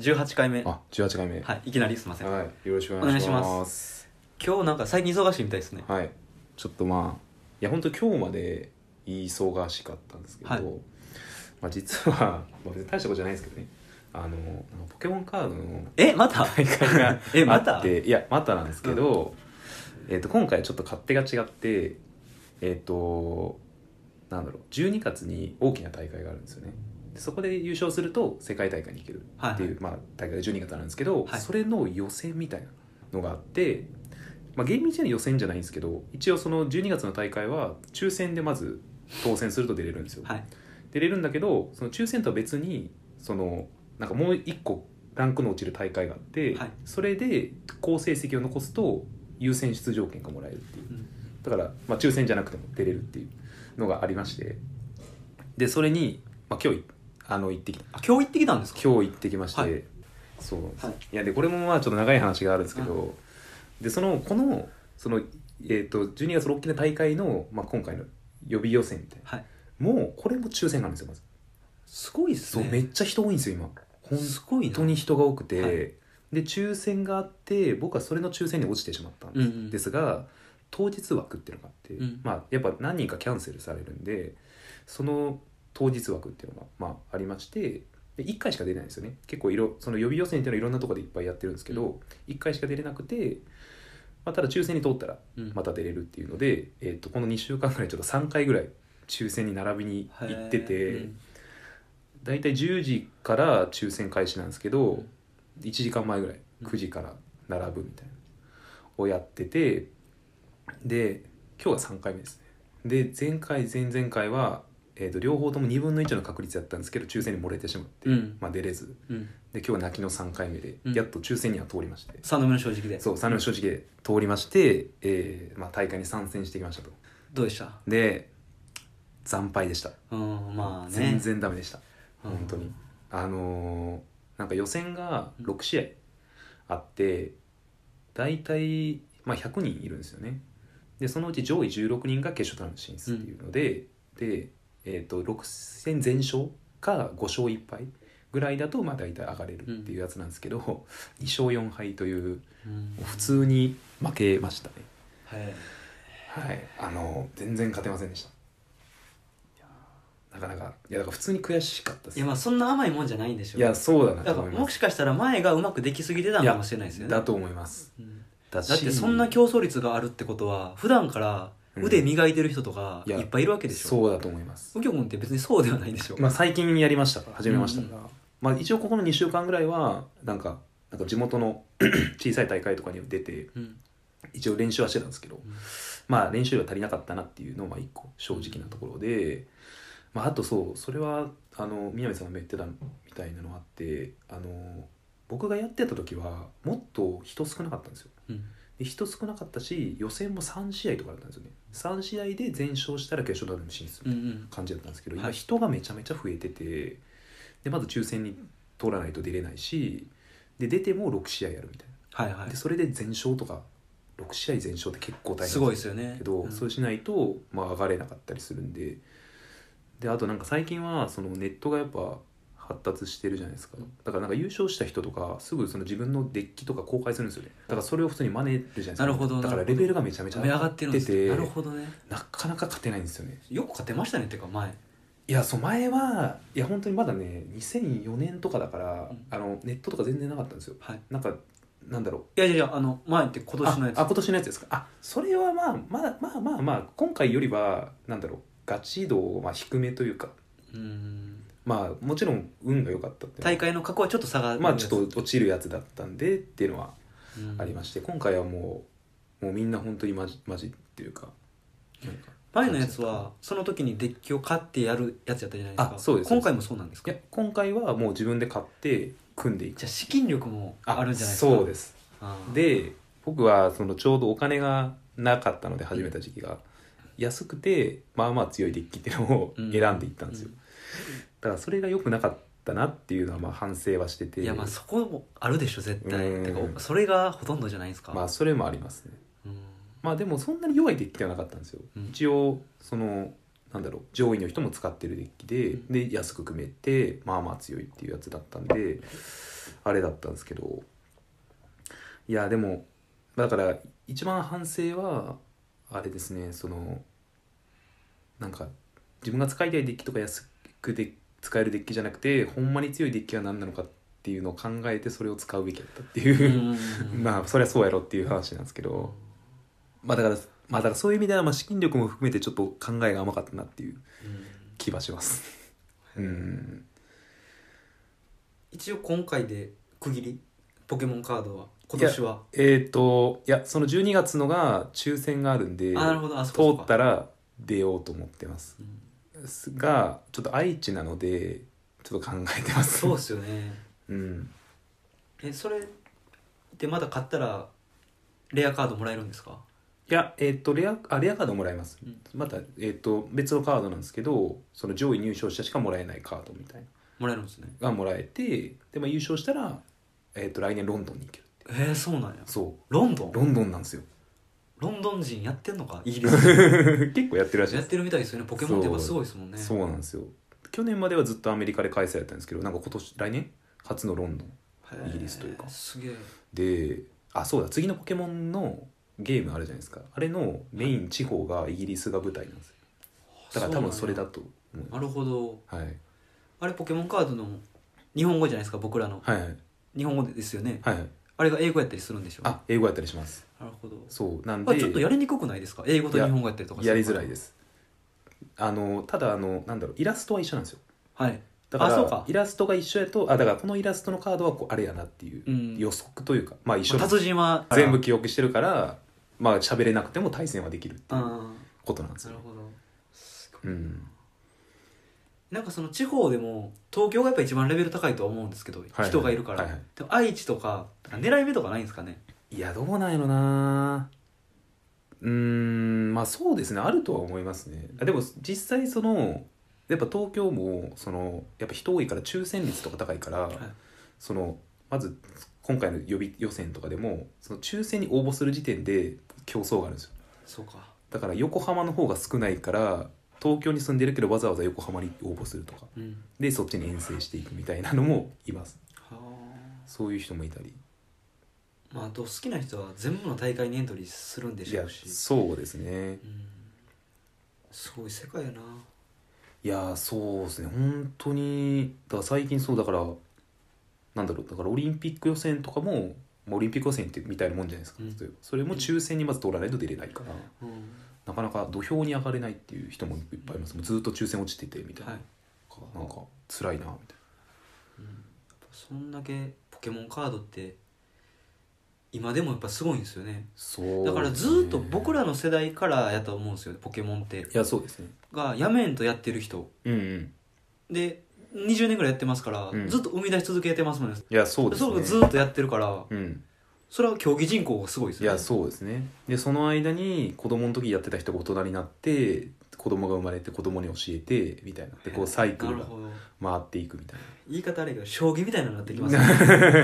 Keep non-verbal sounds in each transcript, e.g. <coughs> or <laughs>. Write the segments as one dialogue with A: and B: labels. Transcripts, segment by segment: A: 18回目は
B: あ、十八回目。
A: いいきなりすいません今
B: はい、よろしくお願いし
A: お願いし
B: ま。
A: ます日なんか最近忙しいみたいですね
B: はい、ちょっとまあ、いや、本当今日まで忙しかったんですけど。
A: はい
B: まあ、実は、まあ、別に大したことじゃないですけどね。あの、あのポケモンカードの
A: えまた
B: 大会が
A: <laughs> えま
B: あ
A: た
B: って、いや、またなんですけど。えっと、今回ちょっと勝手が違って、えっと。なんだろう12月に大きな大会があるんですよねでそこで優勝すると世界大会に行ける
A: は
B: っていう、まあ、大会が12月あるんですけど、
A: はい
B: それの予選みたいなのがあって、まあ、厳密には予選じゃないんですけど一応その12月の大会は抽選でまず当選すると出れるんですよ、
A: はい
B: 出れるんだけどその抽選とは別にそのなんかもう一個ランクの落ちる大会があって、
A: はい
B: それで好成績を残すと優先出場権がもらえるっていう
A: うん
B: だから、まあ、抽選じゃなくても出れるっていうのがありましてでそれに、まあ、今日あの行ってきた
A: あ今日行ってきたんですか
B: 今日行ってきまして、
A: はい
B: そうなんです、
A: はい
B: い、やでこれもまあちょっと長い話があるんですけど、でそのこのその、えー、と12月6期の大会の、まあ、今回の予備予選みたいな、
A: はい
B: もうこれも抽選なんですよまず、
A: すごいっす
B: そうめ
A: ね
B: っちゃ人多いんですよ今本
A: すごいな
B: 当に人が多くて、
A: はい
B: で抽選があって僕はそれの抽選に落ちてしまったんです
A: うんうん
B: ですが当日枠っていうのがあって、
A: うん
B: まあ、やっぱ何人かキャンセルされるんでその当日枠っていうのが、まあ、ありましてで1回しか出れないんですよね結構いろその予備予選っていうのはいろんなところでいっぱいやってるんですけど、一1回しか出れなくて、まあ、ただ抽選に通ったら
A: うん
B: また出れるっていうので、えー、とこの2週間ぐらいちょっと3回ぐらい抽選に並びに
A: へー
B: 行ってて、
A: うん
B: 大体10時から抽選開始なんですけど、
A: うん
B: 1時間前ぐらい
A: うん
B: 9時から並ぶみたいなをやっててで今日が3回目ですねで前回前々回は、えー、と両方とも2分の1の確率やったんですけど抽選に漏れてしまって、
A: うん
B: まあ、出れず
A: うん
B: で今日は泣きの3回目で、
A: うん
B: やっと抽選には通りまして、
A: 3度目の正直で
B: そう3の正直で通りまして、えーまあ、大会に参戦してきましたと
A: どうでした
B: で惨敗でした、
A: うんまあね
B: 全然ダメでした
A: うん
B: 本当にあのーなんか予選が6試合あって大体、まあ、100人いるんですよねでそのうち上位16人が決勝トーナメント進出っていうので、で、えー、と6戦全勝か5勝1敗ぐらいだとまあ大体上がれるっていうやつなんですけど、2勝4敗という
A: うん
B: 普通に負けましたね
A: はい
B: はいあのー全然勝てませんでしたなかなかいやだから普通に悔しかったです
A: いやまあそんな甘いもんじゃないんでしょ
B: いやそうだな
A: だ
B: と
A: から
B: 思いま
A: も
B: す
A: しかしたら前がうまくできすぎてたのかもしれないですよね
B: だと思います
A: うん
B: だ
A: だってそんな競争率があるってことは普段から腕磨いてる人とか
B: うんいや
A: いっぱいいるわけでしょ
B: そうだと思います、
A: 右京君って別にそうではないでしょ、
B: まあ、最近やりましたから始めましたから、
A: う
B: まあ、一応ここの2週間ぐらいはなんかなんか地元の <coughs> 小さい大会とかには出て
A: うん
B: 一応練習はしてたんですけど、
A: ん
B: まあ練習量足りなかったなっていうのは一個正直なところで、まあ、あとそうそれはあの南さんが言ってたみたいなのあってあの僕がやってた時はもっと人少なかったんですよ
A: うん
B: で人少なかったし予選も3試合とかだったんですよね3試合で全勝したら決勝トーナメント進出
A: うんうん
B: 感じだったんですけど、
A: はい
B: 今人がめちゃめちゃ増えててでまず抽選に通らないと出れないしで出ても6試合やるみたい
A: はい
B: な、
A: は
B: で
A: い
B: それで全勝とか6試合全勝って結構大変なん
A: すごいですよね
B: けど、
A: うん
B: そうしないと、まあ、上がれなかったりするんでであとなんか最近はそのネットがやっぱ発達してるじゃないですかだからなんか優勝した人とかすぐその自分のデッキとか公開するんですよねだからそれを普通に真似るじゃないですか
A: なるほど
B: だか
A: な
B: ら
A: るほど
B: レベルがめちゃめちゃ
A: 上がってるんですね
B: 上
A: な
B: が
A: る
B: ってて
A: ほどね
B: なかなか勝てないんですよね
A: よく勝てましたねっていうか前
B: いやそう前はいや本当にまだね2004年とかだから、
A: うん
B: あのネットとか全然なかったんですよ
A: はい
B: なんかなんだろ
A: い
B: う
A: やいやいやあの前って今年のやつ
B: ああ今年のやつですかあそれはまあまあまあまあまあ今回よりはなんだろうガチ度まあ低めというか
A: うん
B: まあもちろん運が良かったっていうのは
A: 大会の過去はちょっと差が
B: まあちょっと落ちるやつだったんでっていうのはありま
A: し
B: して、今回はもうもうみんな本当にマジマジっていうかなんか
A: た前のやつはその時にデッキを買ってやるやつやったじゃないですか
B: あそうです
A: 今回もそうなんです
B: い
A: か
B: や今回はもう自分で買って組んでいく
A: じゃあ資金力もあるんじゃないですか
B: そうです
A: あー
B: で僕はそのちょうどお金がなかったので始めた時期が、安くてまあまあ強いデッキっていうのを
A: うん
B: 選んでいったんですよ、
A: うん
B: だからそれが良くなかったなっていうのはまあ反省はしてて
A: いやまあそこもあるでしょ絶対
B: うん
A: てかそれがほとんどじゃないですか、
B: まあそれもありますね
A: うん
B: まあでもそんなに弱いデッキではなかったんですよ、
A: うん
B: 一応そのなんだろう上位の人も使ってるデッキで、で安く組めてまあまあ強いっていうやつだったんであれだったんですけどいやでもだから一番反省はあれですねそのなんか自分が使いたいデッキとか安くで使えるデッキじゃなくてほんまに強いデッキは何なのかっていうのを考えてそれを使うべきだったっていうう、 <laughs>
A: ん
B: まあそりゃそうやろっていう話なんですけどまあだからまあだからそういう意味ではまあ資金力も含めてちょっと考えが甘かったなってい
A: う
B: う
A: ん
B: 気はします。うん
A: 一応今回で区切りポケモンカードは今年は
B: えっ、といやその12月のが抽選があるんで
A: あなるほどあそこ
B: 通ったら出ようと思ってます
A: うん
B: すがちょっと愛知なのでちょっと考えてます
A: そうっすよね
B: うん
A: えそれでまだ買ったらレアカードもらえるんですか
B: いやえっ、とレアあレアカードもらえます、
A: うん
B: また、えっと別のカードなんですけどその上位入賞者しかもらえないカードみたい
A: もらえるんですね
B: ながもらえてで、まあ、優勝したら、えっと来年ロンドンに行けるって
A: へえそうなんや
B: そ
A: ロンドン
B: うロンドンなんですよ
A: ロンドン人やってんのかイギリス
B: <laughs> 結構やってるらしい
A: <laughs> やっ
B: です
A: てるみたいですよねポケモンってやっぱすごいですもんね
B: そうなんですよ去年まではずっとアメリカで開催だったんですけどなんか今年来年初のロンドン
A: へえ
B: イギリスというか
A: すげえ
B: であそうだ次のポケモンのゲームあるじゃないですかあれのメイン地方がイギリスが舞台なんですよだから多分それだと思う
A: なるほど
B: はい
A: あれポケモンカードの日本語じゃないですか僕らの
B: はいはい
A: 日本語ですよね
B: はい
A: あれが英語やったりするんでしょ
B: あ英語やったりします
A: なるほど
B: そうなん
A: あ
B: で
A: ちょっとやりにくくないですか英語と日本語やったりとか
B: やりづらいですすあのただあのなんだろうイラストは一緒なんですよ
A: るはい
B: だから
A: あそうか
B: イラストが一緒やとあだからこのイラストのカードはこうあれやなっていううん予測というか、まあ一緒なんです
A: 達人は
B: 全部記憶してるからまあ喋れなくても対戦はできるって
A: あ
B: い
A: ー
B: うことなんです
A: な
B: よ
A: る
B: ね
A: ほどすごい
B: うん
A: なんかその地方でも東京がやっぱ一番レベル高いとは思うんですけど、
B: はい
A: 人がいるから、
B: はいはい
A: でも愛知とか狙い目とかないんですかね
B: いやどうなんやろなうーんまあそうですねあるとは思いますねあでも実際そのやっぱ東京もそのやっぱ人多いから抽選率とか高いから、
A: い
B: そのまず今回の予備予選とかでもその抽選に応募する時点で競争があるんですよ
A: そうか
B: だから横浜の方が少ないから東京に住んでるけどわざわざ横浜に応募するとか
A: うん
B: でそっちに遠征していくみたいなのもいます
A: はあ
B: そういう人もいたり
A: まああと好きな人は全部の大会にエントリーするんで
B: い
A: しょ
B: や
A: うし
B: そうですね
A: うんすごい世界やない
B: やーそうですね本当にだから最近そうだからなんだろうだからオリンピック予選とかも、まあ、オリンピック予選ってみたいなもんじゃないですか、
A: うん
B: 例えばそれも抽選にまず通らないと出れないから、
A: うん
B: なかなか土俵に上がれないっていう人もいっぱいいますもうずっと抽選落ちててみたいな、
A: はい
B: なんか辛いなみたい
A: そんだけポケモンカードって今でもやっぱすごいんですよね
B: なそう
A: だからずっと僕
B: ら
A: らの世代からやと思うんですよねポケモンって
B: いやそうですね
A: がやめんとやってる人
B: うんうん
A: で20年ぐらいやってますから、
B: うん
A: ずっと生み出し続けてますもんね
B: いやそう
A: で
B: です
A: そ
B: ね
A: れをずっとやってるから
B: うん
A: それは競技人口がすごいです
B: い
A: よね
B: やそうですねでその間に子供の時やってた人が大人になって子供が生まれて子供に教えてみたいなでこうサイクル
A: な
B: が
A: るほど
B: 回っていくみたい
A: 言い方あれやけど将棋みたいなのになってきますね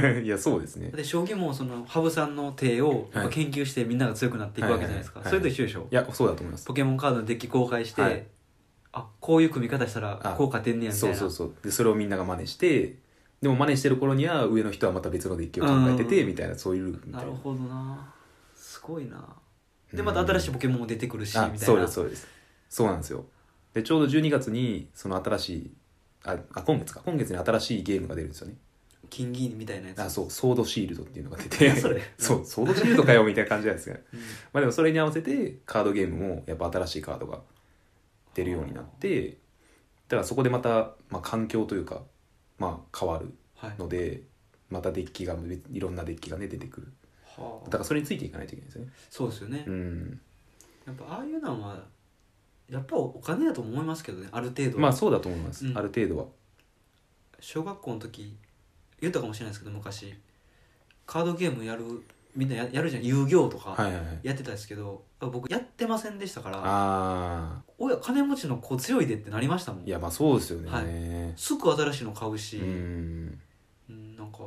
B: な、 <laughs> いやそうですね
A: で将棋もその羽生さんの手を
B: はい
A: 研究してみんなが強くなっていくわけじゃないですか、
B: はいはい
A: そ
B: はい
A: れと一緒でしょ、
B: いやそうだと思います
A: ポケモンカードのデッキ公開して、
B: はい
A: あこういう組み方したら
B: あ
A: こう勝てんねやみたい
B: そう
A: な
B: そうそうでそれをみんなが真似してでも真似してる頃には上の人はまた別のデッキを考えてて
A: うん
B: みたいなそういうルールみた
A: ない
B: な
A: るほどなすごいな
B: う
A: で
B: ん
A: また新しいポケモンも出てくるしみたい
B: あ
A: な
B: そうですそうですそうなんですよでちょうど12月にその新しいああ今月か今月に新しいゲームが出るんですよね
A: 金銀みたいなやつ
B: あそうソードシールドっていうのが出て
A: それ
B: <laughs> そうソードシールドかよみたいな感じなんですけど
A: うん
B: まあでもそれに合わせてカードゲームもやっぱ新しいカードが出るようになってだからそこでまた、まあ、環境というか、まあ、変わる
A: はい
B: のでまたデッキがいろんなデッキがね出てくる
A: は
B: だ
A: あ
B: からそれについていかないといけないですよね
A: そうですよね、
B: うん
A: やっぱああいうのはやっぱお金だと思いますけどねある程度、
B: まあそうだと思います、
A: うん
B: ある程度は
A: 小学校の時言ったかもしれないですけど昔カードゲームやるみんなややるじゃん遊戯王とか
B: はいはいはい
A: やってたんですけど、僕やってませんでしたから
B: あ
A: 親金持ちの子強いでってなりましたもん
B: ーいやまあそうですよね、
A: はいすぐ新しいの買うし、
B: うん
A: うんなんか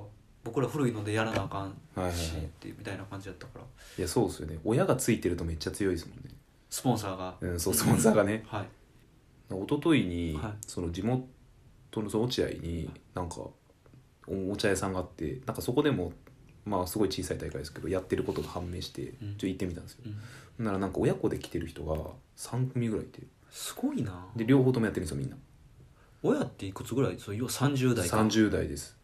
A: 僕ら古いのでやらなあかん
B: はいはいはい
A: しっていうみたいな感じだったから
B: いやそうですよね親がついてるとめっちゃ強いですもんね
A: スポンサーが、
B: うんそうスポンサーがね
A: はい
B: 一昨日に、
A: はい
B: その地元のその落合になんかおお茶屋さんがあってなんかそこでもまあすごい小さい大会ですけどやってることが判明してちょ
A: うん
B: っと行ってみたんですよ、
A: うん
B: ならなんか親子で来てる人が3組ぐらいいて
A: すごいな
B: で両方ともやってるんですよみんな
A: 親っていくつぐらいそう要は30代か
B: 30代です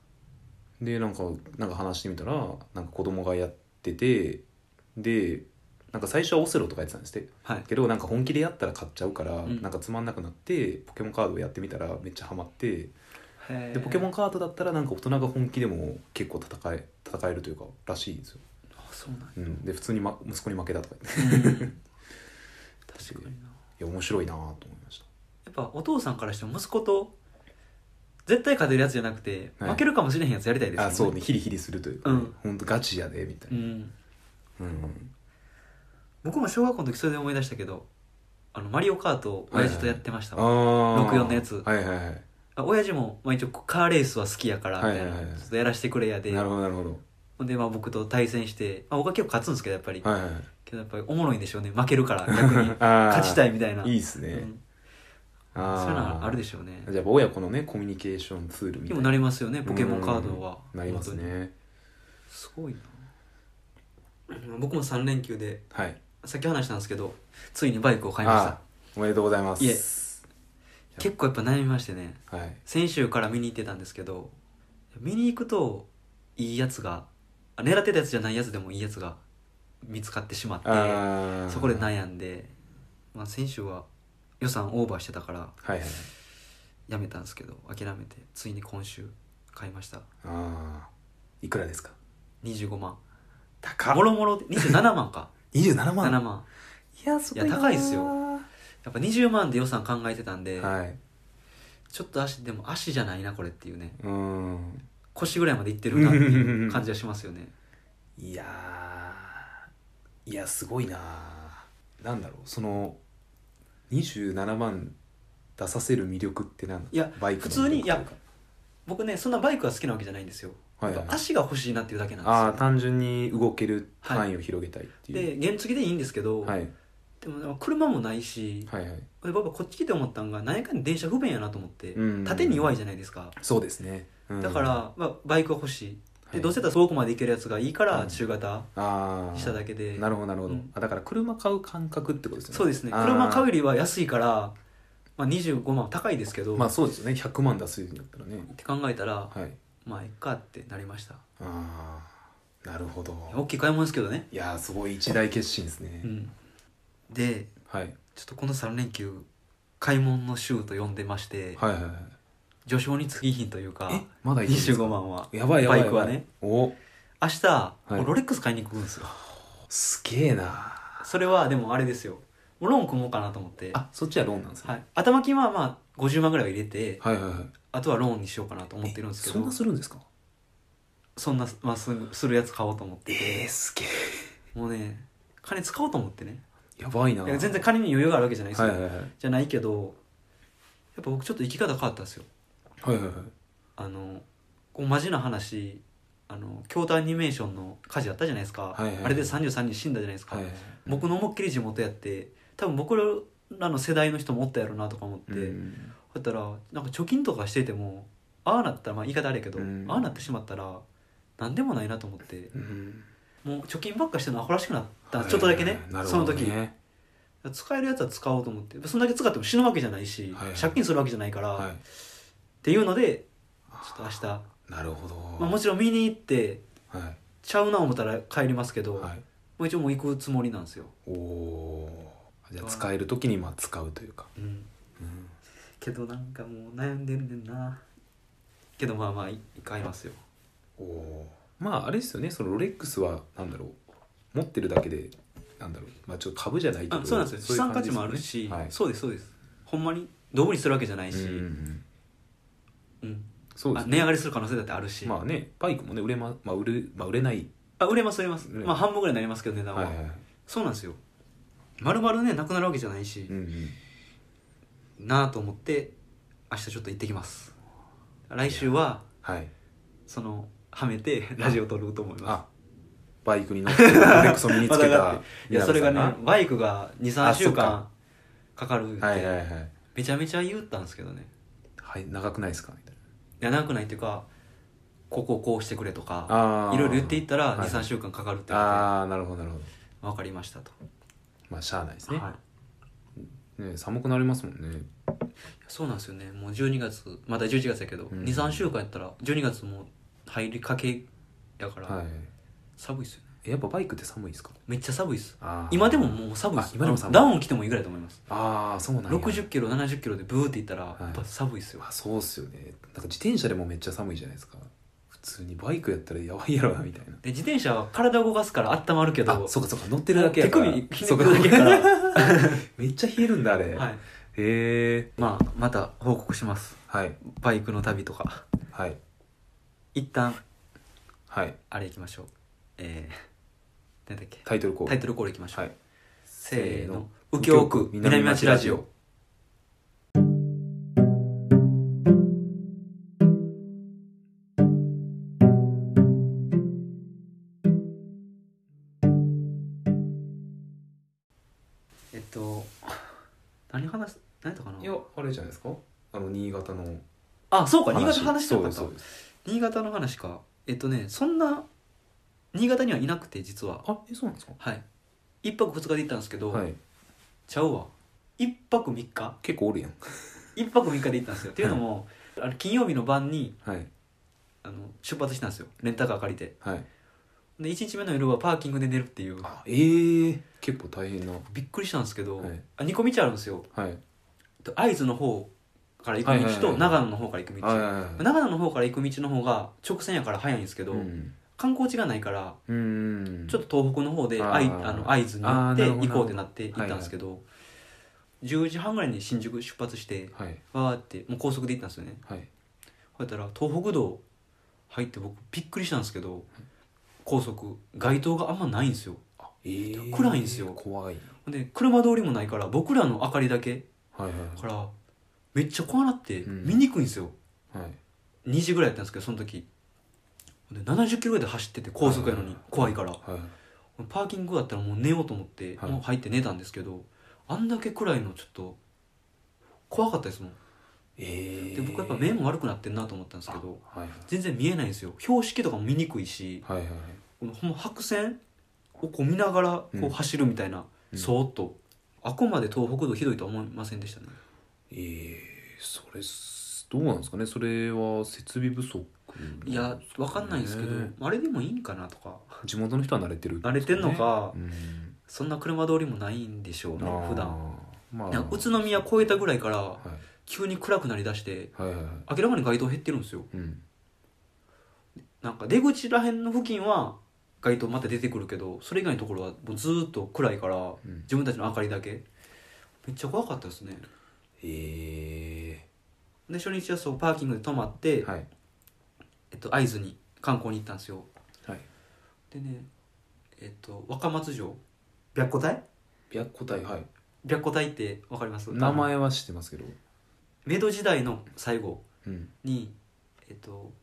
B: でなんかなんか話してみたらなんか子供がやっててでなんか最初はオセロとかやってたんですって
A: はい
B: けどなんか本気でやったら買っちゃうから、
A: ん
B: なんかつまんなくなってポケモンカードをやってみたらめっちゃハマってで
A: で
B: ポケモ
A: ン
B: ンカードだったらなんか大人が本気でも結構戦え戦えるというからしいんですよ、
A: あそうなんや
B: うん、で普通に、ま、息子に負けたとか <laughs> 言って
A: うん確かにない
B: や面白いなと思いました
A: やっぱお父さんからしても息子と絶対勝てるやつじゃなくて、
B: はい
A: 負けるかもしれへんやつやりたいですよ
B: あそうねヒリヒリするというか、
A: うん
B: ほんとガチやでみたいうな、
A: ん
B: うん
A: 僕も小学校の時それで思い出したけどあのマリオカートを親父とやってました
B: あ
A: わ、
B: ー
A: 64のやつ
B: はいはいはい
A: あ親父も、まあ、一応カーレースは好きやからみたいな、
B: はいはいはい
A: ちょっとやらしてくれやで
B: なるほどなるほど
A: ほんでまあ僕と対戦して、まあ、僕は結構勝つんですけどやっぱり、
B: はいはい
A: けどやっぱりおもろいんでしょうね負けるから逆
B: <laughs>
A: に <laughs> 勝ちたい
B: い
A: みたいない
B: いっすね、
A: うん
B: あー
A: そういうのあるでしょうね
B: じゃあ親子のねコミュニケーションツールみ
A: で
B: たい
A: も
B: な
A: なりますよねポケモンカードは
B: うんなります
A: 本
B: ね
A: 当にすごいな僕も3連休で
B: はい
A: さっき話したんですけどついにバイクを買いまし
B: あ
A: た
B: ーおめでとうございます
A: いえ結構やっぱ悩みましてね
B: はい
A: 先週から見に行ってたんですけど見に行くといいやつがあ狙ってたやつじゃないやつでもいいやつが見つかってしまって
B: あー
A: そこで悩んで、まあ、先週は予算オーバーしてたから
B: はいはいはい
A: やめたんですけど諦めてついに今週買いました
B: あーいくらですか
A: 25万
B: 高
A: も
B: っ
A: ろもろで27万
B: <laughs>
A: か
B: 27
A: 7
B: 万
A: 万
B: いやそ
A: いや高いっすよ
B: は
A: やっぱ20万で予算考えてたんで、
B: い
A: ちょっと足でも足じゃないなこれっていうね
B: うーん
A: 腰ぐらいまでいってるなっていう感じはしますよね
B: いやーいやすごいなーなんだろうその27万出させる魅力って何だ
A: いや
B: バイク
A: 普
B: の
A: 通にい
B: 魅力と
A: や
B: うか
A: 僕ねそんなバイクが好きなわけじゃないんですよ、
B: はい
A: や
B: はい
A: っぱ足が欲しいなっていうだけなん
B: ああ
A: で
B: 単純に動ける範囲を広げたいって
A: す
B: いう、
A: よで原付でいいんですけど、
B: はい、
A: でも車もないし、
B: はいはい
A: で僕はこっち来て思ったんが何やかんや電車不便やなと思って、
B: うん
A: 縦に弱いじゃないですか
B: そうですね、うん
A: だから、まあ、バイクが欲しい
B: は
A: で
B: い
A: どうせだったら遠くまで行けるやつがいいから
B: うん
A: 中型
B: あ
A: に
B: あ
A: しただけで、
B: なるほどなるほど、
A: うん
B: あだから車買う感覚ってことですね
A: そうですね
B: あー
A: 車買うよりは安いから、まあ、25万高いですけど、
B: まあ
A: っ
B: そうですよね100万出すようになったらね
A: て考えたら、
B: はい
A: まあいっかってなりました
B: ああなるほど
A: 大きい買い物ですけどね
B: いやーすごい一大決心ですね、
A: うんで
B: はい、
A: ちょっとこの3連休買い物の週と呼んでまして、
B: はいはいはい
A: 序章に次ぎひんというか
B: えまだいけるんですか
A: 25万は
B: やばいやばい
A: バイクはね
B: やばいお
A: 明日、
B: い
A: もうロレックス買いに行くんですよ
B: すげえな
A: それはでもあれですよもうローン組もうかなと思って、
B: あそっちはローンなんですね、
A: はい、頭金はまあ50万ぐらいは入れて
B: はい、はいはいはい
A: あとはローンにしようかなと思ってるんですけど
B: そんなするんですか
A: そんな、まあ、すするやつ買おうと思って
B: え
A: て
B: ー、すげえ
A: もうね金使おうと思ってね
B: やばいない
A: や全然金に余裕があるわけじゃないです
B: は
A: よ、
B: いはいはいはい
A: じゃないけどやっぱ僕ちょっと生き方変わったんですよ
B: はいはい
A: あのこうマジな話あの京都アニメーションの火事あったじゃないですか、
B: いはいはい
A: あれで33人死んだじゃないですか、
B: はいはい
A: 僕の思いっきり地元やって多分僕らの世代の人もおったやろなとか思って、
B: うん
A: だったらなんか貯金とかしててもああなったらまあ言い方あれやけど、
B: うん
A: ああなってしまったら何でもないなと思って
B: うん
A: もう貯金ばっかしてるのアホらしくなったちょっとだけね,、
B: なる
A: そ
B: ほ
A: の
B: ど
A: 時
B: ね
A: 使えるやつは使おうと思ってそんだけ使っても死ぬわけじゃないし、
B: はいはい
A: 借金するわけじゃないから、
B: は
A: っていうのでちょっと
B: い
A: 明日ま
B: なるほど、
A: あ、もちろん見に行って
B: は
A: ちゃうな思ったら帰りますけ
B: い、
A: ど、
B: は
A: も
B: いう
A: 一応もう行くつもりなんですよ、
B: おおーじゃあ使える時にまあ使うというか、
A: うん、
B: うん
A: けどなんかもう悩んでるねんなけどまあまあい買いますよ
B: おおまああれですよねそのロレックスはなんだろう持ってるだけでなんだろうまあちょっと株じゃないけ
A: あ
B: ど
A: そうなんですよ資
B: い
A: 産
B: う
A: 価
B: 感
A: 値
B: じ
A: もあるし、
B: ですよねはい、
A: そうですそうですほんまにどうにするわけじゃないし、
B: うんうん
A: う
B: うん
A: ん
B: そうで
A: あ
B: す
A: 値
B: ね
A: 上がりする可能性だってあるし、
B: まあねバイクもね売れま、まあ、売れまあ売れない、
A: あ売れます売れます、
B: 売れます
A: まあ半分ぐらいになりますけど値段は、
B: はいはい
A: そうなんですよまるまるねなくなるわけじゃないし
B: う、んうん、
A: なあと思って明日ちょっと行ってきます来週は
B: はい
A: そのはめてラジオ撮ると思います
B: あバイクに乗ってロレックスを身につけ
A: まだだ
B: た
A: いやそれがね
B: 南さん
A: バイクが23
B: あそ
A: 週
B: っ
A: 間
B: か
A: かかるって、
B: はいはいはい
A: めちゃめちゃ言ったんですけどね
B: はい長くないですかみたい
A: いや長くないっていうかここをこうしてくれとか
B: あー
A: いろいろ言っていったら
B: はい
A: 23週間かかるって言わ
B: ああなるほどなるほど
A: れて分かりましたと、
B: まあしゃあないですね,、
A: はい、
B: ね寒くなりますもんね
A: そうなんですよねもう12月まだ11月やけど、
B: うん
A: 23週間やったら12月も入りかけやから、
B: はい
A: 寒いっすよね
B: えやっぱバイクって寒いですか
A: めっちゃ寒いっす
B: あー
A: 今でももう寒いっ
B: あ
A: す
B: 今でも寒い
A: ダウン着てもいいぐらいだと思います
B: ああそうなんや
A: 6 0キロ7 0キロでブーっていったら
B: い
A: やっぱ寒いっすよ、
B: まあそうっすよねなんか自転車でもめっちゃ寒いじゃないですか普通にバイクやったらやばいやろなみたいな
A: で自転車は体動かすから温まるけど
B: あそうかそうか乗ってるだけや
A: 手
B: から
A: 首ひね
B: そう
A: く
B: か <laughs>
A: だけやから、
B: めっちゃ冷えるんだあ
A: <laughs>
B: れ、
A: は
B: へ
A: い、
B: え
A: まあまた報告します
B: はい
A: バイクの旅とか
B: はい
A: 一旦
B: はい
A: あれ行きましょうえー、何だっけ
B: タイトルコール
A: タイトルコール行きましょう、
B: はい
A: せーの右京区南町ラジオえっと何話す何やったかない
B: やあれじゃないですかあの新潟の
A: あそうか新
B: 話
A: 潟の話じゃなかった
B: そうですそうです
A: 新潟の話かえっとねそんな新潟にはいなくて実は
B: あえそうなんですか
A: はい一泊二日で行ったんですけど、
B: はい
A: ちゃうわ一泊三日
B: 結構おるやん
A: 一泊三日で行ったんですよっていうのもあの金曜日の晩に
B: はい
A: あの出発したんですよレンタカー借りて
B: はい
A: で1日目の夜はパーキングで寝るっていう
B: あえー、結構大変な
A: びっくりしたんですけど、
B: はい
A: あ2個道あるんですよ
B: はい
A: と会津の方から行
B: はいは
A: く
B: いはい
A: 道と長野の方から行く道、
B: はいはいはい
A: 長野の方から行く道の方が直線やから早いんですけど、
B: うん
A: 観光地がないから
B: うん
A: ちょっと東北の方で
B: あー
A: あいあの会津に行っ
B: あ
A: て
B: ーなるほど
A: 行こうってなって行ったんですけど、10時半ぐらいに新宿出発して
B: はい
A: わーってもう高速で行ったんですよね
B: はい
A: ほやったら東北道入って僕びっくりしたんですけど高速街灯があんまないんですよ
B: あえー
A: 暗いんですよ
B: 怖い
A: ほんで車通りもないから僕らの明かりだけ
B: はいはい
A: だからめっちゃ怖なって
B: うん
A: 見にくいんですよ、
B: はい
A: 2時ぐらいやったんですけどその時ほんで70キロぐらいで走ってて高速やのに怖いから
B: はい
A: パーキングだったらもう寝ようと思って、
B: はい
A: もう入って寝たんですけどあんだけ暗いのちょっと怖かったですもん
B: えー
A: で僕やっぱ目も悪くなってんなと思ったんですけど
B: はいはい
A: 全然見えないんですよ標識とかも見にくいし
B: はいはいはい
A: このほんま白線をこう見ながら
B: う
A: こ
B: ん
A: う走るみたいな、
B: うん
A: そーっとあくまで東北道ひどいとは思いませんでしたね
B: えー、それすどうなんですかねそれは設備不足なんですかね
A: いやわかんないんですけど、あれでもいいんかなとか
B: 地元の人は慣れてる
A: 慣れてんのか
B: うん
A: そんな車通りもないんでしょうね普段
B: あーまあ
A: なんか宇都宮越えたぐらいから
B: は
A: 急に暗くなりだして
B: いはいはいはい
A: 明らかに街灯減ってるんですよ
B: うん
A: なんか出口らへんの付近は街灯また出てくるけどそれ以外のところはもうずーっと暗いから
B: うん
A: 自分たちの明かりだけめっちゃ怖かったですね
B: え
A: で初日はそうパーキングで泊まって、
B: ー、はい
A: えっと、会津に観光に行ったんですよ
B: はい
A: でねえっと若松城白虎隊
B: 白虎隊はい
A: 白虎隊ってわかります
B: 名前は知ってますけど
A: 江戸時代の最後
B: うん
A: に、えっと、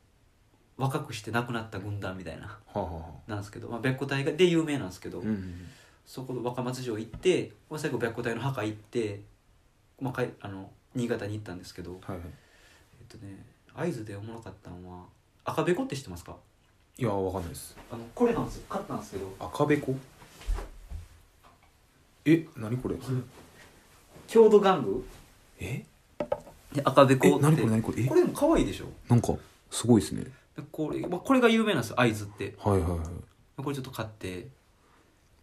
A: 若くして亡くなった軍団みたいな
B: はあはあは
A: なんですけど、まあ、白虎隊がで有名なんですけど、
B: あうん
A: そこ若松城行ってまあ最後白虎隊の墓行って、まあ、かいあの新潟に行ったんですけど
B: はいはい
A: えっとね会津でおもろかったのは赤べこって知ってますか
B: いやわかんないです
A: あのこれなんですよ買ったんですけど
B: 赤べこえ何これ
A: 郷土玩具
B: え
A: で赤べこっ
B: え
A: て
B: 何これ何これえ
A: これも可愛いでしょ
B: なんかすごいですね
A: でこれ,、まあ、これが有名なんですよ会津って
B: はいはいはい
A: これちょっと買って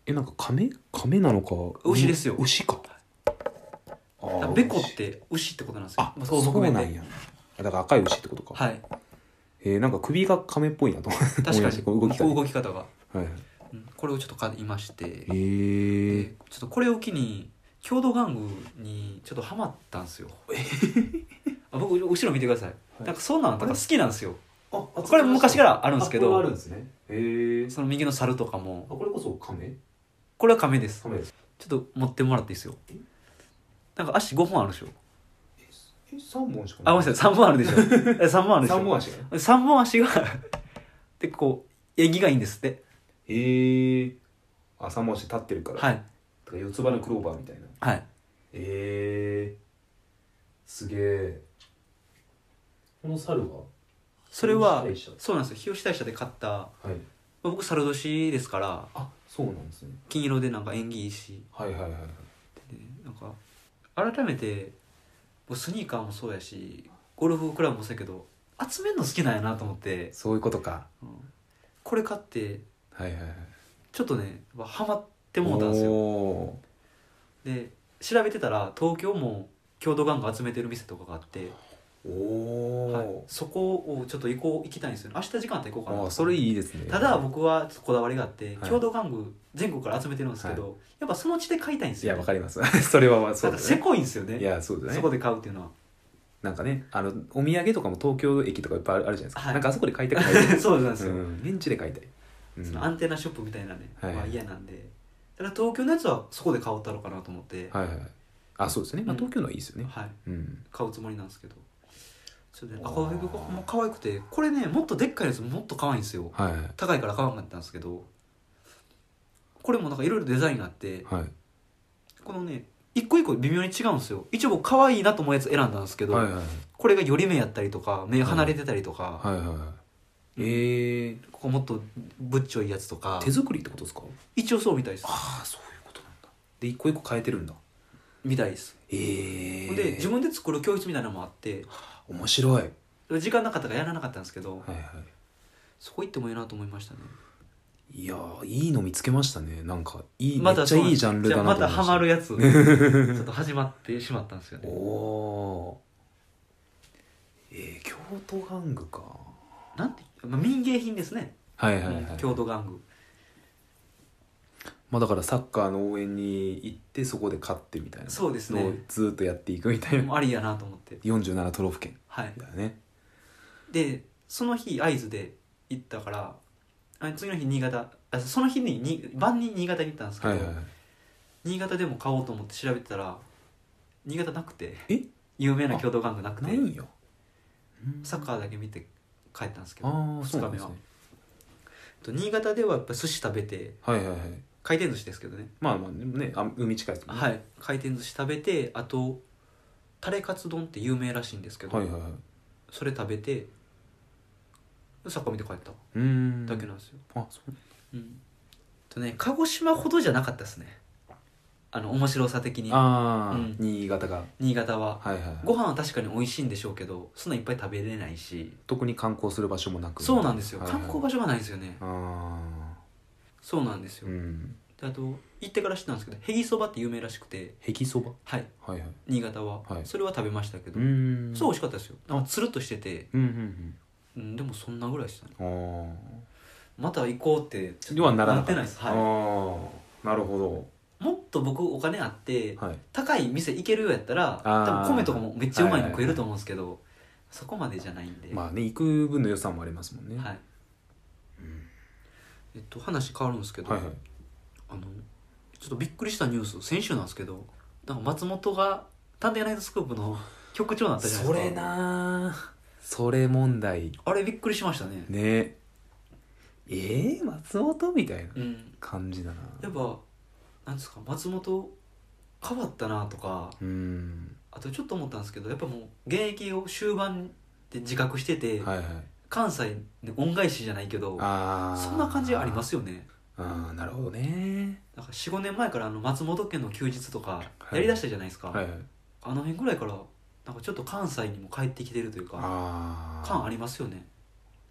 B: えなんか亀亀なのか
A: 牛ですよ
B: 牛かあ
A: だか
B: ー
A: らべこって牛ってことなんですよ
B: あ、
A: まあ、
B: そう
A: 東北
B: な
A: 弁
B: ん
A: で
B: やあだから赤い牛ってことか、
A: はい
B: えーなんか首が亀っぽいなと思いま
A: 確か
B: した
A: に
B: この動きが、
A: こう動き方が、
B: はい、 <laughs>
A: うんこれをちょっと買いまして
B: え
A: で
B: ー、
A: ちょっとこれを機に郷土玩具にちょっとハマったんですよあ僕後ろ見てください、
B: い
A: なんかそんなんなんか好きなんですよ
B: あ
A: これ昔からあるんですけど
B: これあるんですねえー、
A: その右の猿とか
B: あ
A: も
B: これこそ亀
A: これは亀です
B: 亀です
A: ちょっと持ってもらっていいですよなんか足5本あるでしょ
B: え3本しか
A: あごめんなさい3本あるでしょ3 <laughs> 本あるでし
B: 3本
A: ょ
B: 足かな
A: 3本足がでこう縁起がいいんですって
B: えー、あ3本足立ってるから,、
A: はい
B: だから四つ葉のクローバーみたいな
A: はい
B: えー、すげえこの猿は
A: それは
B: 日吉大社
A: そうなんですよ日吉大社で買った、ま
B: はい
A: あ僕猿年ですから
B: あそうなんですね
A: 金色でなんか縁起いいし
B: はいはいはいはい
A: でなんか改めてもうスニーカーもそうやしゴルフクラブもそうやけど集めるの好きなんやなと思って、
B: そういうことか
A: うんこれ買って
B: はいはいはい
A: ちょっとねやっぱハマって
B: で
A: もうたんですよ
B: よ
A: で調べてたら東京も郷土玩具集めてる店とかがあって、
B: おお、
A: はい、そこをちょっと行こう行きたいんですよね明日時間あったら行こうかな
B: あそれいいですね
A: ただ僕はちょっとこだわりがあって、
B: はい
A: 郷土玩具全国から集めてるんですけど、やっぱその地で買いたいんです
B: い
A: よ
B: やわかります <laughs> それはまあそ
A: な
B: うんだ
A: か
B: ね
A: せこいんですよね
B: いやそうだね
A: そこで買うっていうのは
B: なんかねあのお土産とかも東京駅とかいっぱいあるあるじゃないですか、
A: はい
B: なんか <laughs> あそこで買いたくないで
A: <laughs>
B: す
A: そうなんですよ、
B: うん、現地で買いたい、うん
A: そのア
B: はい
A: ンテナショップみたいなね、
B: はい
A: まあ嫌なんでだから東京のやつはそこで買おうたろうかなと思って、
B: はいあそうですね、まあ、
A: うん
B: 東京のはいいですよね
A: はい
B: うん、
A: 買うつもりなんですけどそれで
B: おー
A: 赤羽がほんま可愛くてこれねもっとでっかいやつもっと可愛いんですよ
B: はい
A: 高いから買わなかったんですけどこれもなんかいろいろデザインがあって
B: はい
A: このね一個一個微妙に違うんですよ一応僕可愛いなと思うやつ選んだんですけど、
B: はいはいはい
A: これがより目やったりとか目離れてたりとか、
B: はいはいえー、
A: ここもっとぶっちょいやつとか
B: 手作りってことですか
A: 一応そうみたいです
B: ああそういうことなんだで一個一個変えてるんだ
A: みたいです
B: ええ
A: ほんで自分で作る教室みたいなのもあって
B: 面白いはい
A: 時間なかったからやらなかったんですけど
B: は
A: そこ行ってもいいなと思いましたね
B: いいやーいいの見つけましたねなんかいい、
A: ま
B: め
A: た
B: っちゃいいジャンルだなと思い
A: じゃあまたハマる
B: や
A: やつ
B: <laughs>
A: ちょっと始まってしまったんですよ
B: お
A: ね
B: おーえー、京都玩具か
A: なんて、まあ、民芸品ですね、
B: はいはいはい、
A: うん郷土玩具
B: まあ、だからサッカーの応援に行ってそこで勝ってみたいな
A: そうですね
B: のをずーっとやっていくみたいな
A: もうありやなと思って
B: 47都道府県
A: はい
B: だよね
A: でその日会津で行ったからあ次の日新潟あその日にに晩に新潟に行ったんですけど、
B: はいはいはい
A: 新潟でも買おうと思って調べてたら新潟なくて
B: え
A: 有名な共同玩具なく
B: な
A: て
B: いんよ
A: サッカーだけ見て帰ったんですけど
B: ああそうなんですね
A: と新潟ではやっぱ寿司食べて
B: はいはいはい
A: 回転寿司ですけどね
B: まあまあねあ海近いですもんね
A: はい回転寿司食べてあとタレカツ丼って有名らしいんですけど、
B: はいはいはい
A: それ食べてサッカー見て帰った
B: うーん
A: だけなんですよ、
B: あそう
A: うんとね鹿児島ほどじゃなかったですねあの面白さ的に
B: ああ、
A: うん
B: 新潟が
A: 新潟は
B: はいはいはい
A: ご飯は確かに美味しいんでしょうけどそんないっぱい食べれないし
B: 特に観光する場所もなく
A: そうなんですよ、
B: はいはい
A: 観光場所がないんですよね
B: あ
A: そうなんです
B: あ
A: よ、
B: うん
A: であと行ってから知ったんですけどへぎそばって有名らしくて
B: へきそば
A: はい
B: はいはい
A: 新潟は、
B: はい
A: それは食べましたけど、
B: ん
A: そう美味しかったですよなんかつるっとしてて、
B: うんうん
A: うん、でもそんなぐらいでしたね
B: うんああ
A: また行こうってちょっ
B: で
A: と
B: はならな
A: っ
B: か
A: て
B: っ
A: な
B: た
A: いです、は
B: ああなるほ
A: い、もっと僕お金あって
B: どはい
A: 高い店行けるようやったら
B: あ
A: 多
B: ー
A: 分米とかもめっちゃうまいの
B: はいはいはい
A: 食えると思うんですけど、そこまでじゃないんで、
B: まあね行く分の予算もありますもんね
A: はい
B: うん
A: えっと話変わるんですけど、
B: はいはい
A: あのちょっとびっくりしたニュース先週なんですけどなんか松本が「探偵ナイトスクープ」の局長になったじゃないで
B: そ
A: すか
B: れなあそれ問題
A: あれびっくりしましたね
B: ねえー、松本みたいな
A: うん
B: 感じだ
A: や
B: な
A: っぱなんですか松本変わったなとか
B: うん
A: あとちょっと思ったんですけどやっぱもう現役を終盤で自覚してて、
B: はいはい
A: 関西の恩返しじゃないけど
B: ああ
A: そんな感じありますよね
B: ああなるほどね
A: なんか45年前からあの松本家の休日とか
B: はい
A: やりだしたじゃないですか、
B: はいはい
A: あの辺ぐらいからなんかちょっと関西にも帰ってきてるというか
B: あ
A: 感あ
B: ね
A: りますよね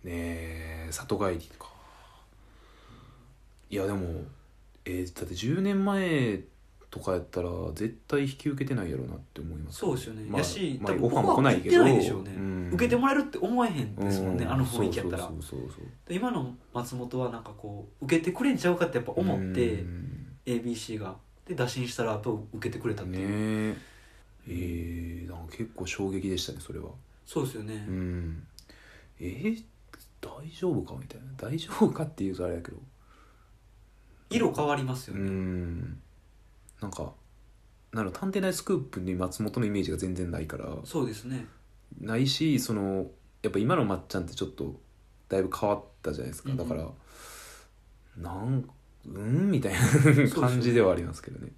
B: え里帰りかいやでもえー、だって10年前とかやったら絶対引き受けてないやろうなって思います
A: そうですよね、
B: まあ
A: やし、
B: まあ、
A: 多
B: オ
A: 分
B: ファーも来ないけど
A: オファーは来てないでしょうね、
B: ん
A: 受けてもらえるって思えへんですもんね、
B: う
A: あの雰囲気やったら
B: そうそうそうそう
A: で今の松本はなんかこう受けてくれんちゃうかってやっぱ思って、
B: うん
A: ABC がで打診したらやっぱ受けてくれたって
B: ね
A: いう、
B: ええー、なんか結構衝撃でしたねそれは
A: そうですよね、
B: うんえー、大丈夫かみたいな大丈夫かっていうとあれだけど
A: 色変わります
B: う
A: よね、
B: んなんかなの探偵ナイトスクープに松本のイメージが全然ないから
A: そうですね
B: ないしそのやっぱ今のまっちゃんってちょっとだいぶ変わったじゃないですか、
A: うん
B: だからなんうんみたい
A: で
B: な
A: すよ
B: 感じではありますけどね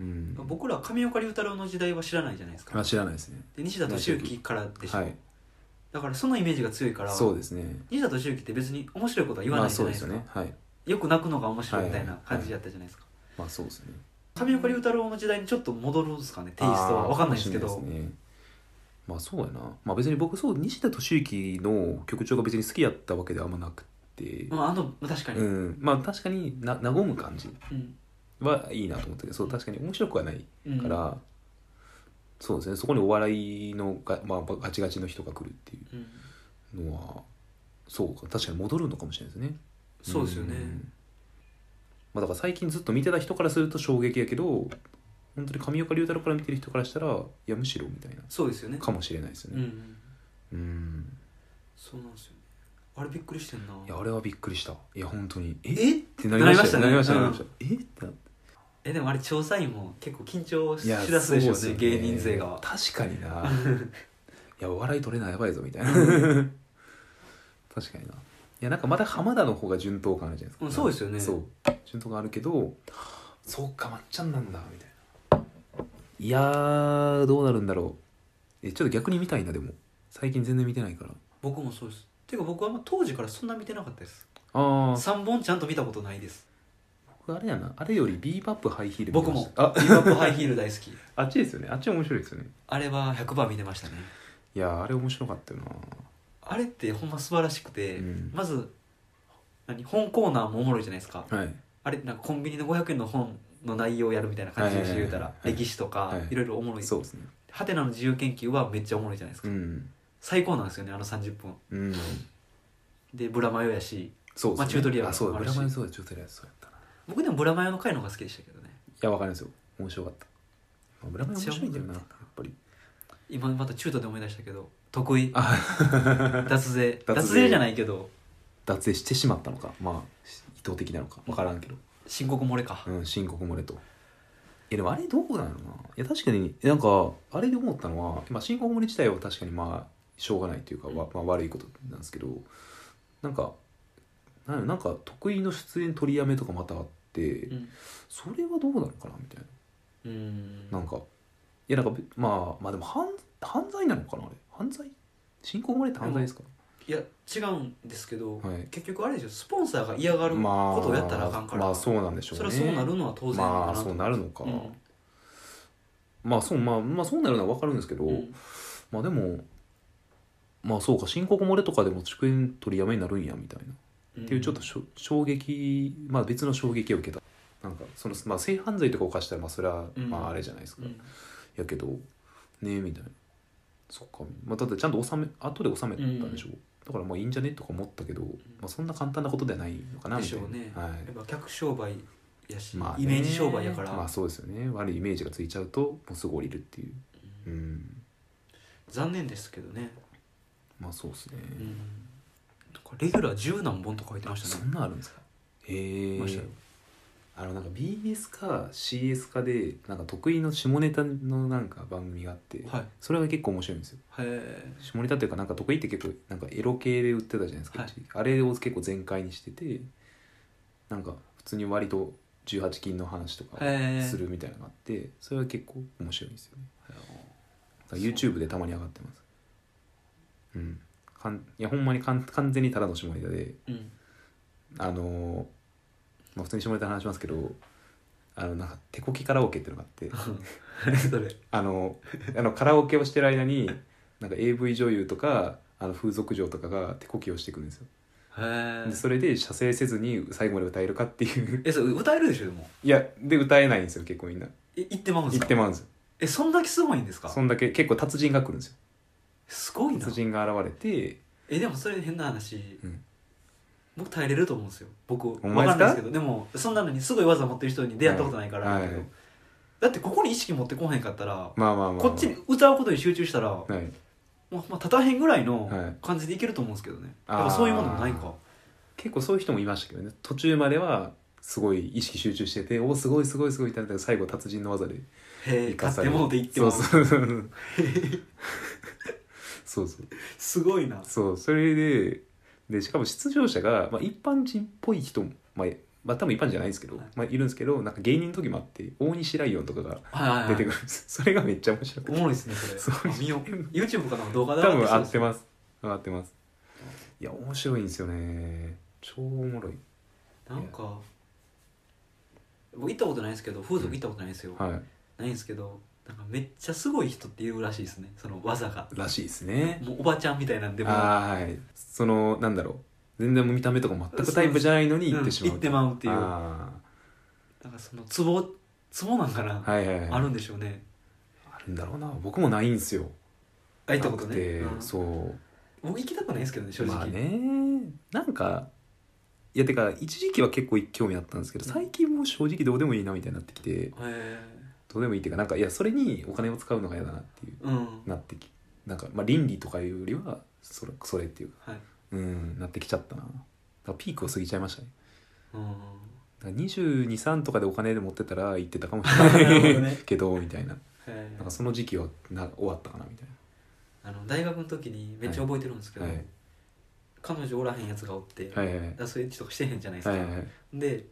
B: うん
A: 僕ら上岡龍太郎の時代は知らないじゃないですか
B: あ知らないですね
A: で西田敏行からでしょ、
B: はい
A: だからそのイメージが強いから
B: そうですね
A: 西田敏行って別に面白いことは言わ
B: ま
A: な
B: あ
A: いじゃ
B: そう
A: ない
B: で
A: ですす
B: よ
A: か、
B: ねはい
A: よく泣くのが面白いみたいな感じやったじゃないですか、
B: まあそうですね
A: 上岡龍太郎の時代にちょっと戻るんですかねテイストは分かんないですけど
B: あーかもしれないですねまあそうやなまあ別に僕そう西田敏行の曲調が別に好きやったわけではあんまなくて
A: まあ、あの確かに、
B: う
A: うん
B: んまあ確かにな和む感じ
A: うん
B: はいいなと思ったけどそう確かに面白くはない
A: うん
B: から、そうですねそこにお笑いのが、まあ、ガチガチの人が来るってい
A: うん
B: うのはそうか確かに戻るのかもしれないですね
A: そうですよね、
B: んまあ、だから最近ずっと見てた人からすると衝撃やけど本当に上岡龍太郎から見てる人からしたらいやむしろみたいな
A: そうですよね
B: かもしれないですよ
A: うんう
B: ね
A: ん
B: うん
A: そうなんですよねあれびっくりしてんない
B: やあれはびっくりしたいや本当にえ
A: え
B: ってなりましたよ
A: なり
B: なり
A: ま
B: ま
A: し
B: したた
A: ね
B: なりましたえってなって
A: えでもあれ調査員も結構緊張し
B: いや
A: だすでしょうね
B: そうっすよ
A: 芸人勢が
B: 確かに
A: <laughs>
B: ないや笑い取れないやばいぞみたいな確かにないやなんかまだ浜田の方が順当感あるじゃないですか、
A: うんそうですよね
B: そう順当感あるけどそうかまっちゃんなんだみたいないやーどうなるんだろうえちょっと逆に見たいなでも最近全然見てないから
A: 僕もそうですていうか僕はあんま当時からそんな見てなかったです
B: ああ
A: 3本ちゃんと見たことない <laughs> です
B: 僕あれやなあれよりビーバップハイヒール見
A: 僕
B: てまし
A: も
B: た
A: ビ
B: あ
A: ーバップハイヒール大好き
B: あっちですよねあっち面白いですよね
A: あれは100%見てましたね
B: いやーあれ面白かったよな
A: あれってほんま素晴らしくて、
B: うん
A: まず何本コーナーもおもろいじゃないですか
B: はい
A: あれなんかコンビニの500円の本の内容をやるみたいな感じで
B: はいはい
A: 言
B: は
A: う
B: い
A: た
B: は
A: ら
B: い
A: 歴史とか
B: はい
A: いろいろおもろい
B: そうですね
A: ハテナの自由研究はめっちゃおもろいじゃないですか、
B: うん
A: 最高なんですよねあの30分
B: うん
A: でブラマヨやし
B: そう
A: まあチュートリアル
B: あそう
A: もあ
B: だ
A: る
B: ブ
A: し
B: ラマヨそうだチュートリアルそうやったない
A: 僕でもブラマヨの回の方が好きでしたけどね
B: やわかりますよ面白かった、まあ、ブラマヨ面白いんだよな
A: め
B: や
A: っ
B: っぱり
A: 今また中途で思い出したけど得
B: <laughs>
A: 意
B: あ
A: 脱税
B: 脱税
A: 脱税じゃないけど
B: 脱税してしまったのかまあし意図的なのかわからんけど、
A: 申告漏れか、
B: うん、申告漏れといやでもあれどうなのな。いや確かになんかあれで思ったのは、まあ、申告漏れ自体は確かにまあしょうがないというか、わまあ、悪いことなんですけどなんかなんやろなんか得意の出演取りやめとかまたあって
A: うん
B: それはどうなのかなみたいな
A: うん
B: なんかいやなんかべまあまあでも犯犯罪なのかなあれ犯罪進行漏れって犯罪ですか、
A: いや違うんですけど、
B: はい
A: 結局あれでしょスポンサーが嫌がる
B: まあ
A: ことをやったらあかんから、
B: まあそうなんでしょう
A: それ
B: ね
A: はそうなるのは当然
B: ま
A: か
B: あ
A: な
B: そ
A: と
B: うなるのか、
A: うん
B: まあそうまあ、まあ、そうなるのは分かるんですけど、
A: うん
B: まあでもまあそうか申告漏れとかでも祝宴取りやめになるんやみたいな、っていうちょっとしょ衝撃まあ別の衝撃を受けたなんかその、まあ、性犯罪とか犯したらまあそれは、
A: うん
B: まああれじゃないですか、
A: うん
B: やけどねえみたいなそっか、まあ、だってちゃんと納め後で納めたんでしょ、だからまあいいんじゃねとか思ったけど、まあ、そんな簡単なことではないのかな
A: で
B: み
A: した
B: い
A: ょ
B: な、
A: うね、
B: はい
A: やっぱ客商売やし、
B: まあね
A: イメージ商売やから、
B: まあそうですよね悪いイメージがついちゃうともうすぐ降りるっていう
A: う
B: うんん
A: 残念ですけどね、
B: まあそうですね、
A: うん、なんかレギュラー十何本とか書いてました
B: そ
A: ね
B: んなあるんですかへえ
A: ましたよ
B: あのなんか BS か CS かでなんか得意の下ネタのなんか番組があって、
A: はい
B: それが結構面白いんですよ
A: へえ
B: 下ネタっていうかなんか得意って結構なんかエロ系で売ってたじゃないですか、
A: はい
B: 一時期あれを結構全開にしててなんか普通に割と18禁の話とか
A: へえ
B: するみたいなのがあってそれは結構面白いんですよねだから YouTube でたまに上がってますうんかんいやほんまにかん完全にただの下ネタで
A: うん
B: <laughs>
A: <laughs>
B: あのーまあ、普通に下ネタの話しますけどあのなんか手こきカラオケっていうのがあって
A: それ <laughs>
B: あのあのカラオケをしてる間になんか AV 女優とかあの風俗嬢とかが手こきをしてくるんですよ
A: へ
B: でそれで射精せずに最後まで歌えるかっていう <laughs>
A: えそれ歌えるでしょでも
B: いやで歌えないんですよ結構みんな
A: え行ってまうんです
B: 言
A: か
B: ってまうんですよ
A: えそんだけすごいんですか
B: そんだけ結構達人が来るんですよ
A: すごいな
B: 達人が現れて
A: えでもそれ変な話、
B: うん
A: 僕耐えれると思うんですよ僕わかん
B: 前
A: な
B: で
A: い
B: すか
A: ですけどでもそんなのにすごい技持ってる人に出会ったことないから、
B: はい
A: だけど
B: はい
A: だってここに意識持ってこへんかったら、
B: まあまあまあ、まあ、
A: こっちに歌うことに集中したら、も
B: はい、
A: うまあ、立たへんぐらいの
B: はい
A: 感じでいけると思うんですけどね、
B: あー
A: やっぱそういうものもないんか
B: 結構そういう人もいましたけどね途中まではすごい意識集中してておすごいすごいすごいってなったけど最後達人の技で
A: へえ
B: 生かさ
A: 勝
B: れ
A: 手
B: る
A: 物で言っても
B: そうそうそうそうそう
A: すごいな
B: そうそれででしかも出場者が、まあ、一般人っぽい人も、まあまあ、多分一般人じゃないですけど、
A: はい
B: まあ、いるんですけどなんか芸人の時もあって大西ライオンとかが
A: はいはい、はい、
B: 出てくるんです、それがめっちゃ面白
A: お
B: くて
A: もろいですねそれ
B: そう
A: あ見よう YouTube かなんか動画
B: 多
A: で上が
B: 分合
A: ってき
B: っ
A: そ
B: て
A: うで
B: ます上がってますいや面白いんですよね超おもろい
A: なんか僕行ったことないですけど風俗行ったことないですよ、
B: は
A: ないんですけどなんかめっちゃすごい人っていうらしいですねその技が
B: いらしいですね
A: もうおばちゃんみたいなんでもう
B: あーはいそのなんだろう全然もう見た目とか全くタイプじゃないのに行ってしま
A: うん
B: う、
A: 行ってまうっていう
B: あ
A: なんかそのツボツボなんかな、
B: ーはいはいはい
A: あるんでしょうね
B: あるんだろうな僕もないんですよ
A: あ行ったこと
B: な
A: ね
B: くて
A: うん
B: そう
A: 僕行きたくないですけどね正直、
B: まあねなんかいやてか一時期は結構興味あったんですけど最近もう正直どうでもいいなみたいになってきて
A: え
B: どうでもいいっていうかなんかいやそれにお金を使うのが嫌だなっていう
A: ー、うん
B: なってきなんかまあ倫理とかいうよりはそれそれっていうか
A: はい、
B: うんなってきちゃったなだからピークを過ぎちゃいましたね
A: うん、
B: 2 2 3とかでお金で持ってたら行ってたかもしれ
A: なるほど
B: ない
A: ね
B: <laughs> けどみたいな
A: え
B: なんか
A: ー、
B: その時期はな終わったかなみたい
A: あの大学の時にめっちゃ覚えてるんですけど、
B: はいはい
A: 彼女おらへんやつがおって、
B: なはいはいはい
A: だからそういうとかしてへんじゃないです
B: は
A: か、
B: いはい
A: で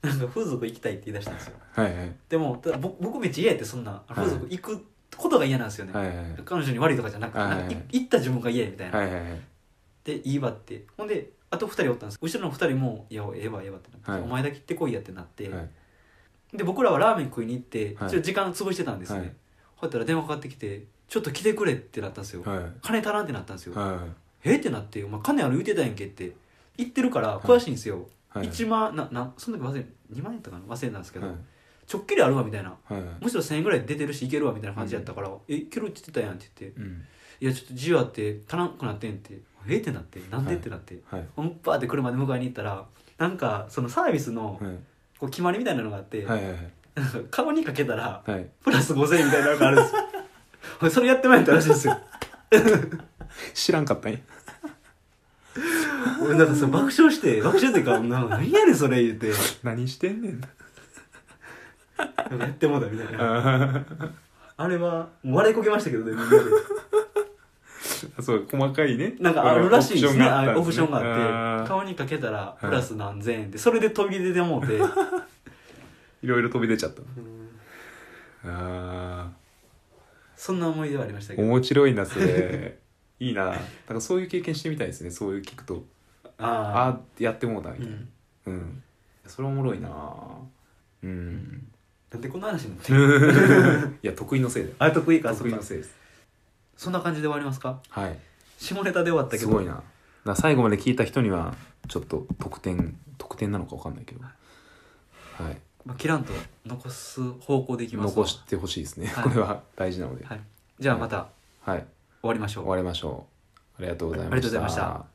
A: なんか風俗行きたいって言い出したんですよ
B: はいはい
A: でもただ僕僕めっちゃ嫌やってそんなあの風俗行くことが嫌なんですよね、
B: はいはい
A: 彼女に悪いとかじゃなくて、
B: はい
A: なんかい行った自分が嫌やみたいな、
B: はいはいはい
A: でいいわってほんであと2人おったんです後ろの2人も「いやええわええわ」ってなって、
B: はい
A: お前だけ行ってこいや」ってなって、
B: はい
A: で僕らはラーメン食いに行って、
B: はい
A: ちょっと時間潰してたんですね、
B: はい
A: ほったら電話かかってきて「ちょっと来てくれ」ってなったんですよ、
B: はい
A: 金足らんってなったんですよ、
B: は
A: えってなって「お前金ある言うてたやんけ」って言ってるから詳しいんですよ、
B: いはい
A: 1万ななその時忘れ2万円とかな忘れたんですけど、
B: はい
A: ちょっきりあるわみたいな
B: はいはい
A: むしろ1000円ぐらい出てるしいけるわみたいな感じやったから「えいけるって言ってたやん」って言って
B: うん
A: 「いやちょっと自由あって足らんくなってん」って「えっ?」てなって「なんで?」
B: はい
A: ってなって
B: はい
A: ほんバーって車で迎えに行ったらなんかそのサービスの
B: はい
A: こう決まりみたいなのがあって、
B: はいはいはい
A: なんか顔にかけたら
B: はい
A: プラス5000円みたいなのがあるんですよ <laughs> 俺それやってないんだらしいんですよ <laughs>
B: 知らんかったんや
A: 俺なんかそれ爆笑して爆笑っていうか「なんか何やねんそれ」言って
B: 何してんねんな
A: なんかやってもうたみたいな
B: あ
A: あれはもう笑いこけましたけどねみんなで
B: ーそう細かいね
A: なんかあるらしいですねああいうオプションがあ
B: あ
A: って
B: って
A: 顔にかけたらプラス何千円でそれで飛び出ても <laughs> うて
B: いろいろ飛び出ちゃった
A: うん
B: あ
A: そんな思い出はありました
B: ー
A: けど
B: 面白いなそれいいななんかそういう経験してみたいですねそういう聞くと
A: あ
B: あーやってもうた
A: あう
B: みたいなんうん、それおもろいなうん
A: なんでこんな話になってる
B: <laughs> いや得意のせいだよ
A: あれ得意かそ
B: 得
A: う
B: 意
A: か
B: のせいです
A: そんな感じで終わりますか
B: はい
A: 下ネタで終わったけ
B: す
A: ど
B: ごいなだから最後まで聞いた人にはちょっと得点得点なのか分かんないけどはい
A: まあ、切らんと残す方向でいきますわ
B: 残してほしいですね、
A: はい
B: これは大事なので
A: はい、じゃあまた
B: はい
A: 終わりましょう
B: 終わりましょうありがとうございまし
A: あ
B: た
A: りがとうございました